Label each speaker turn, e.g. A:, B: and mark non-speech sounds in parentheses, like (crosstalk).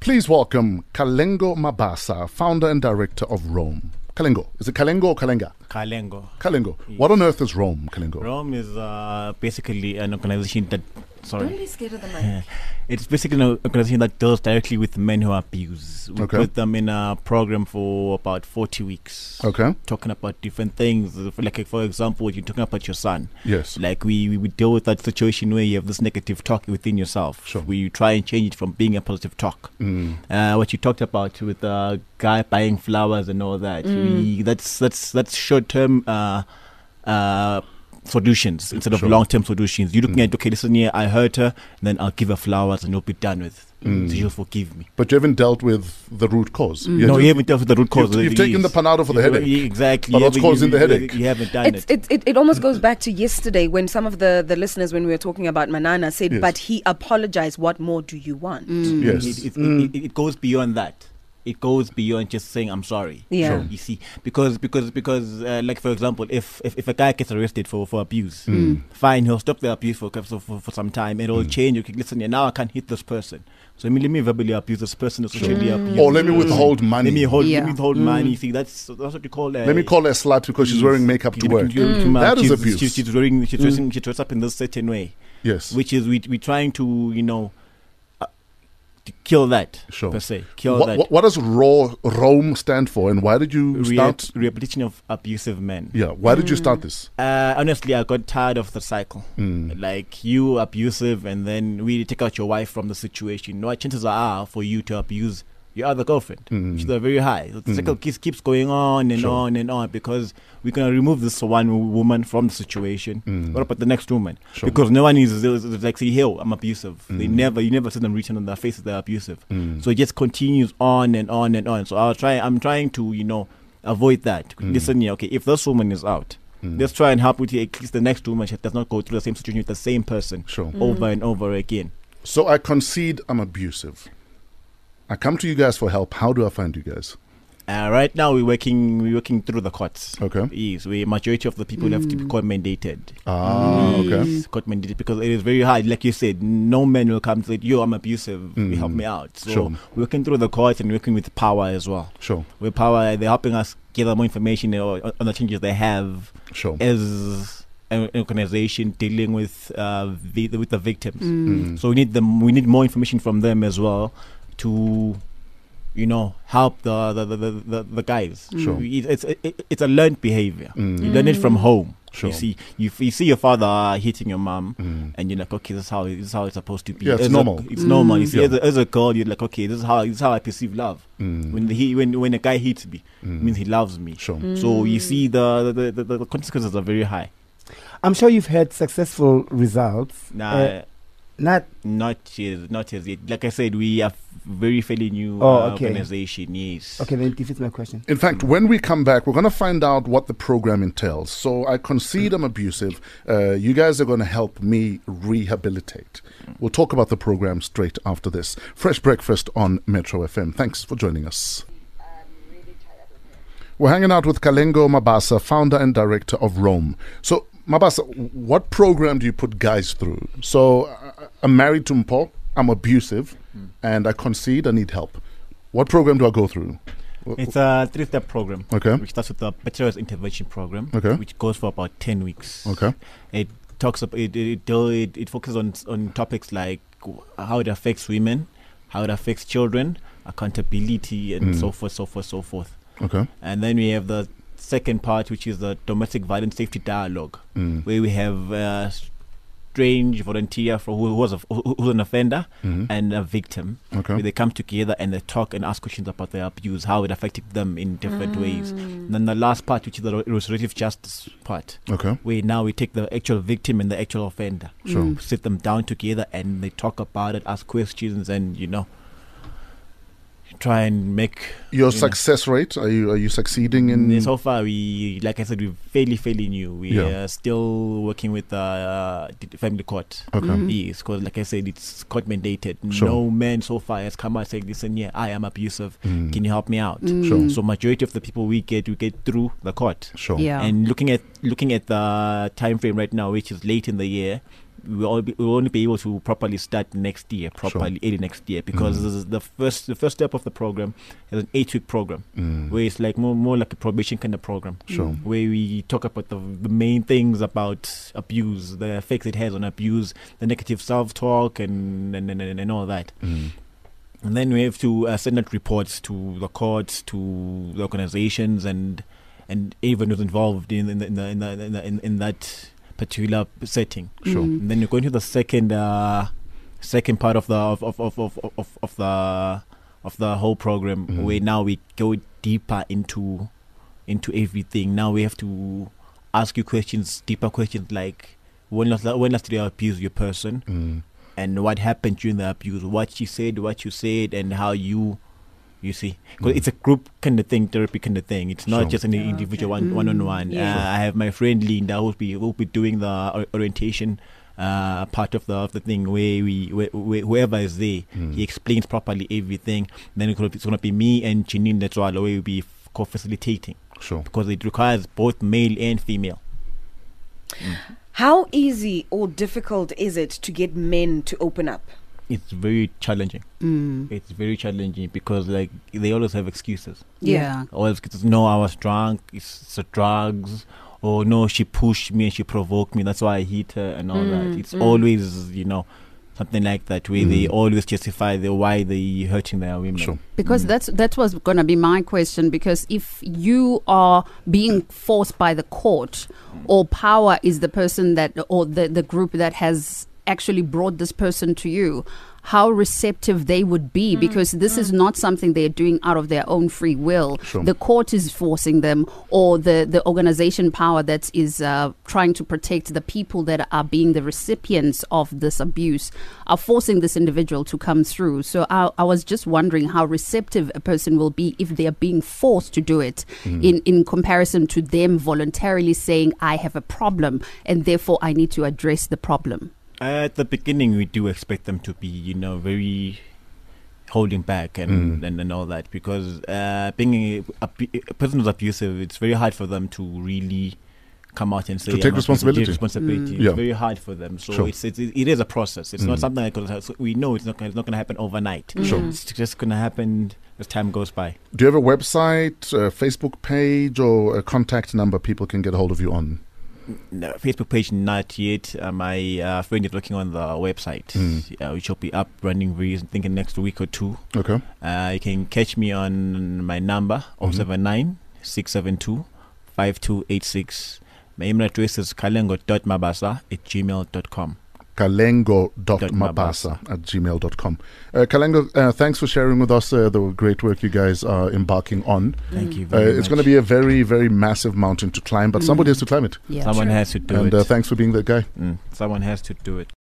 A: Please welcome Kalengo Mabasa, founder and director of Rome. Kalengo. Is it Kalengo or Kalenga?
B: Kalengo.
A: Kalengo. What on earth is Rome, Kalengo?
B: Rome is uh, basically an organization that, sorry, (laughs)
C: Don't be scared of the mic.
B: it's basically an organization that deals directly with men who abuse. We
A: Okay.
B: put them in a program for about 40 weeks.
A: Okay.
B: Talking about different things, like for example, you're talking about your son.
A: Yes.
B: Like we, we- we deal with that situation where you have this negative talk within yourself.
A: Sure.
B: We try and change it from being a positive talk.
A: Mm.
B: Uh, what you talked about with the uh, guy buying flowers and all that. We, that's that's that's short term uh, uh, solutions instead of
A: Sure. Mm.
B: long term solutions. You're looking at okay, listen here, I hurt her, then I'll give her flowers and it'll be done with.
A: Mm.
B: So she'll forgive me.
A: But you haven't dealt with the root cause. You
B: Mm. no,
A: haven't-
B: you haven't dealt with the root cause.
A: you've, you've taken the panado for the
B: You-
A: headache.
B: you- Exactly.
A: But
B: you
A: what's
B: haven't- you-
A: causing the
B: you-
A: headache?
B: You haven't done
C: It's,
B: it.
C: it, it, it almost goes back to yesterday when some of the, the listeners, when we were talking about Manana, said,
A: Yes.
C: but he apologized. What more do you want?
A: Yes.
B: Mm. It, it, it, it goes beyond that. It goes beyond just saying I'm sorry.
C: Yeah. Sure.
B: You see, because because because uh, like for example, if, if if a guy gets arrested for for abuse,
A: Mm.
B: fine, he'll stop the abuse for for, for, for some time. It'll change. Okay, listen, yeah, now I can't hit this person. So let me let me verbally abuse this person. Or socially abuse
A: Or Oh, let
B: this
A: me
B: person.
A: withhold money.
B: Mm. Let me hold. Let
D: Yeah.
B: me withhold money. You see, that's that's what you call. Uh,
A: Let me call her slut because she's wearing makeup to
B: you-
A: work. Mm.
B: you- you-
A: That is
B: she's-
A: abuse.
B: She's, she's wearing. She's dressing. She dressed up in this certain way
A: Yes.
B: which is we we trying to you know uh, to kill that
A: Sure.
B: per se kill
A: What,
B: that
A: what, what does raw, Rome stand for and why did you
B: Rea-
A: start?
B: rehabilitation of abusive men.
A: Yeah, why did you start this?
B: Uh, honestly, I got tired of the cycle.
A: Mm.
B: Like you abusive, and then we take out your wife from the situation. What chances are for you to abuse your other girlfriend? Which are very high. The cycle keeps keeps going on and
A: Mm. Sure.
B: on and on because we're gonna remove this one woman from the situation. What about the next woman?
A: Mm. Sure.
B: Because no one is, is, is like say, "Hell, I'm abusive." They never, you never see them written on their faces they're abusive. So it just continues on and on and on. So I'll try. I'm trying to, you know, avoid that. Listen, here, okay, if this woman is out. Let's try and help with it. At least the next woman she does not go through the same situation with the same person
A: Sure.
B: over and over again.
A: So I concede I'm abusive. I come to you guys for help. How do I find you guys?
B: Uh, right now, we're working. We're working through the courts.
A: Okay.
B: Yes, we majority of the people have to be court mandated.
A: Ah, okay.
B: Yes, Court mandated because it is very hard. Like you said, no man will come to say, "Yo, I'm abusive. You help me out." So
A: Mm-hmm. Sure.
B: working through the courts and working with power as well.
A: Sure,
B: With power, they're helping us gather more information on on the changes they have
A: sure.
B: as an organization dealing with uh, the, with the victims. So we need them. We need more information from them as well to, you know, help the the the, the, the, the guys.
A: Sure.
B: It- It's it, it's a learned behavior.
A: Mm.
B: You learn it from home.
A: Sure.
B: You see, you, f- you see your father hitting your mom,
A: Mm.
B: and you're like, okay, this is how this is how it's supposed to be.
A: Yeah, it's
B: As a-
A: normal. Mm.
B: it's normal. You see,
A: Yeah.
B: as, a, as a girl, you're like, okay, this is how this is how I perceive love.
A: Mm.
B: When he when when a guy hits me, it means he loves me.
A: Sure.
B: So
E: Mm.
B: you see, the the, the, the consequences are very high.
E: I'm sure you've had successful results.
B: Nah,
E: Uh, not
B: not as not as yet. Like I said, we are very fairly new
E: Oh,
B: uh,
E: okay.
B: organization. Yes.
E: okay. Then defeats my question.
A: In fact, when we come back, we're going to find out what the program entails. So I concede I'm abusive. Uh, you guys are going to help me rehabilitate. We'll talk about the program straight after this. Fresh breakfast on Metro FM. Thanks for joining us. We're hanging out with Kalengo Mabasa, founder and director of Rome. So, Mabasa, what program do you put guys through? So, I- I'm married to Mpo, I'm abusive, and I concede I need help. What program do I go through?
B: It's a three-step program.
A: Okay.
B: Which starts with the materials intervention program.
A: Okay.
B: Which goes for about ten weeks.
A: Okay.
B: It talks about it. It it, deal- it, it focuses on on topics like w- how it affects women, how it affects children, accountability, and so forth, so forth, so forth.
A: Okay.
B: And then we have the second part, which is the domestic violence safety dialogue,
A: Mm.
B: where we have a strange volunteer for who was a, who was an offender and a victim.
A: Mm-hmm. Okay.
B: Where they come together and they talk and ask questions about their abuse, how it affected them in different
C: Mm.
B: ways. then the last part, which is the restorative justice part,
A: Okay.
B: where now we take the actual victim and the actual offender,
A: Sure. Mm.
B: sit them down together and they talk about it, ask questions, and you know, try and make
A: Your
B: you know.
A: success rate are you are you succeeding in?
B: Mm, so far, we like I said, we're fairly fairly new. We
A: Yeah.
B: are still working with uh, the family court.
A: Okay.
B: Yes, because like I said, it's court mandated.
A: Hmm. Sure.
B: No man so far has come out saying, "Listen, yeah, I am abusive.
A: Mm.
B: Can you help me out?"
A: Sure.
B: So majority of the people we get, we get through the court.
A: Sure.
D: Yeah.
B: And looking at looking at the time frame right now, which is late in the year, we will, be, we will only be able to properly start next year, properly early next year, because
A: Mm.
B: this is the first the first step of the program is an eight week program
A: Mm.
B: where it's like more more like a probation kind of program
C: Mm.
A: Sure.
B: where we talk about the, the main things about abuse, the effects it has on abuse, the negative self talk, and and, and and and all that.
A: Mm.
B: And then we have to uh, send out reports to the courts, to the organizations, and and everyone who's involved in in the, in, the, in, the, in, the, in, in that particular setting.
A: Sure.
C: Mm.
B: And then you're going to the second uh, second part of the of of of of, of, of the of the whole program
A: Mhm.
B: where now we go deeper into into everything. Now we have to ask you questions, deeper questions like when last when last did you abuse your person
A: Mm.
B: and what happened during the abuse, what she said, what you said, and how you you see because
A: Mhm.
B: it's a group kind of thing therapy kind of thing it's not
A: Sure.
B: just an
C: Yeah,
B: individual
C: okay.
B: one one on one
C: Mm, yeah.
B: Uh, i have my friend linda who'll be will be doing the or- orientation uh part of the of the thing where we where, where, whoever is there
A: Mm.
B: he explains properly everything then it's gonna, be- it's gonna be me and janine that's all where we'll be f- co-facilitating
A: Sure.
B: because it requires both male and female
C: How easy or difficult is it to get men to open up?
B: it's very challenging
C: Mm.
B: it's very challenging because like they always have excuses
C: Yeah.
B: or else it's no, I was drunk. It's, it's the drugs. Or no, she pushed me and she provoked me. That's why I hit her and all
C: Mm,
B: that. It's
C: mm.
B: always you know something like that where they
A: Mm.
B: always justify the why they hurting their women.
A: Sure.
D: Because
B: Mm.
D: that's that was going to be my question. Because if you are being forced by the court, or power is the person that or the the group that has actually brought this person to you, how receptive they would be? Because this is not something they're doing out of their own free will.
A: Sure.
D: The court is forcing them, or the the organization power that is uh, trying to protect the people that are being the recipients of this abuse are forcing this individual to come through. So I, I was just wondering how receptive a person will be if they are being forced to do it,
A: Hmm. Mm.
D: in in comparison to them voluntarily saying I have a problem and therefore I need to address the problem.
B: At the beginning, we do expect them to be you know very holding back and
A: Mm.
B: and, and all that because uh, being a, abu- a person who's abusive, it's very hard for them to really come out and say
A: To take
B: "I'm not
A: responsibility."
B: responsibility.
D: Mm.
B: It's
A: Yeah.
B: very hard for them. So
A: Sure.
B: it's, it's it is a process. It's
A: Mm.
B: not something that so we know it's not gonna- it's not going to happen overnight.
A: Sure.
B: It's just going to happen as time goes by.
A: Do you have a website, a Facebook page, or a contact number people can get a hold of you on?
B: No, Facebook page not yet. Uh, my uh, friend is working on the website,
A: Mm.
B: uh, which will be up running very soon, thinking next week or two.
A: Okay.
B: Uh, you can catch me on my number
A: Mhm.
B: of seven nine six seven two five two eight six. My email address is kalengo.mabasa at gmail.com.
A: kalengo.mabasa at gmail.com. Uh, Kalengo, uh, thanks for sharing with us uh, the great work you guys are embarking on.
B: Thank you
A: Uh,
B: very much.
A: it's going to be a very, very massive mountain to climb, but somebody has to climb it.
D: Yeah.
B: Someone has to do
A: and
B: it.
A: Uh, thanks for being that guy.
B: Mm, someone has to do it.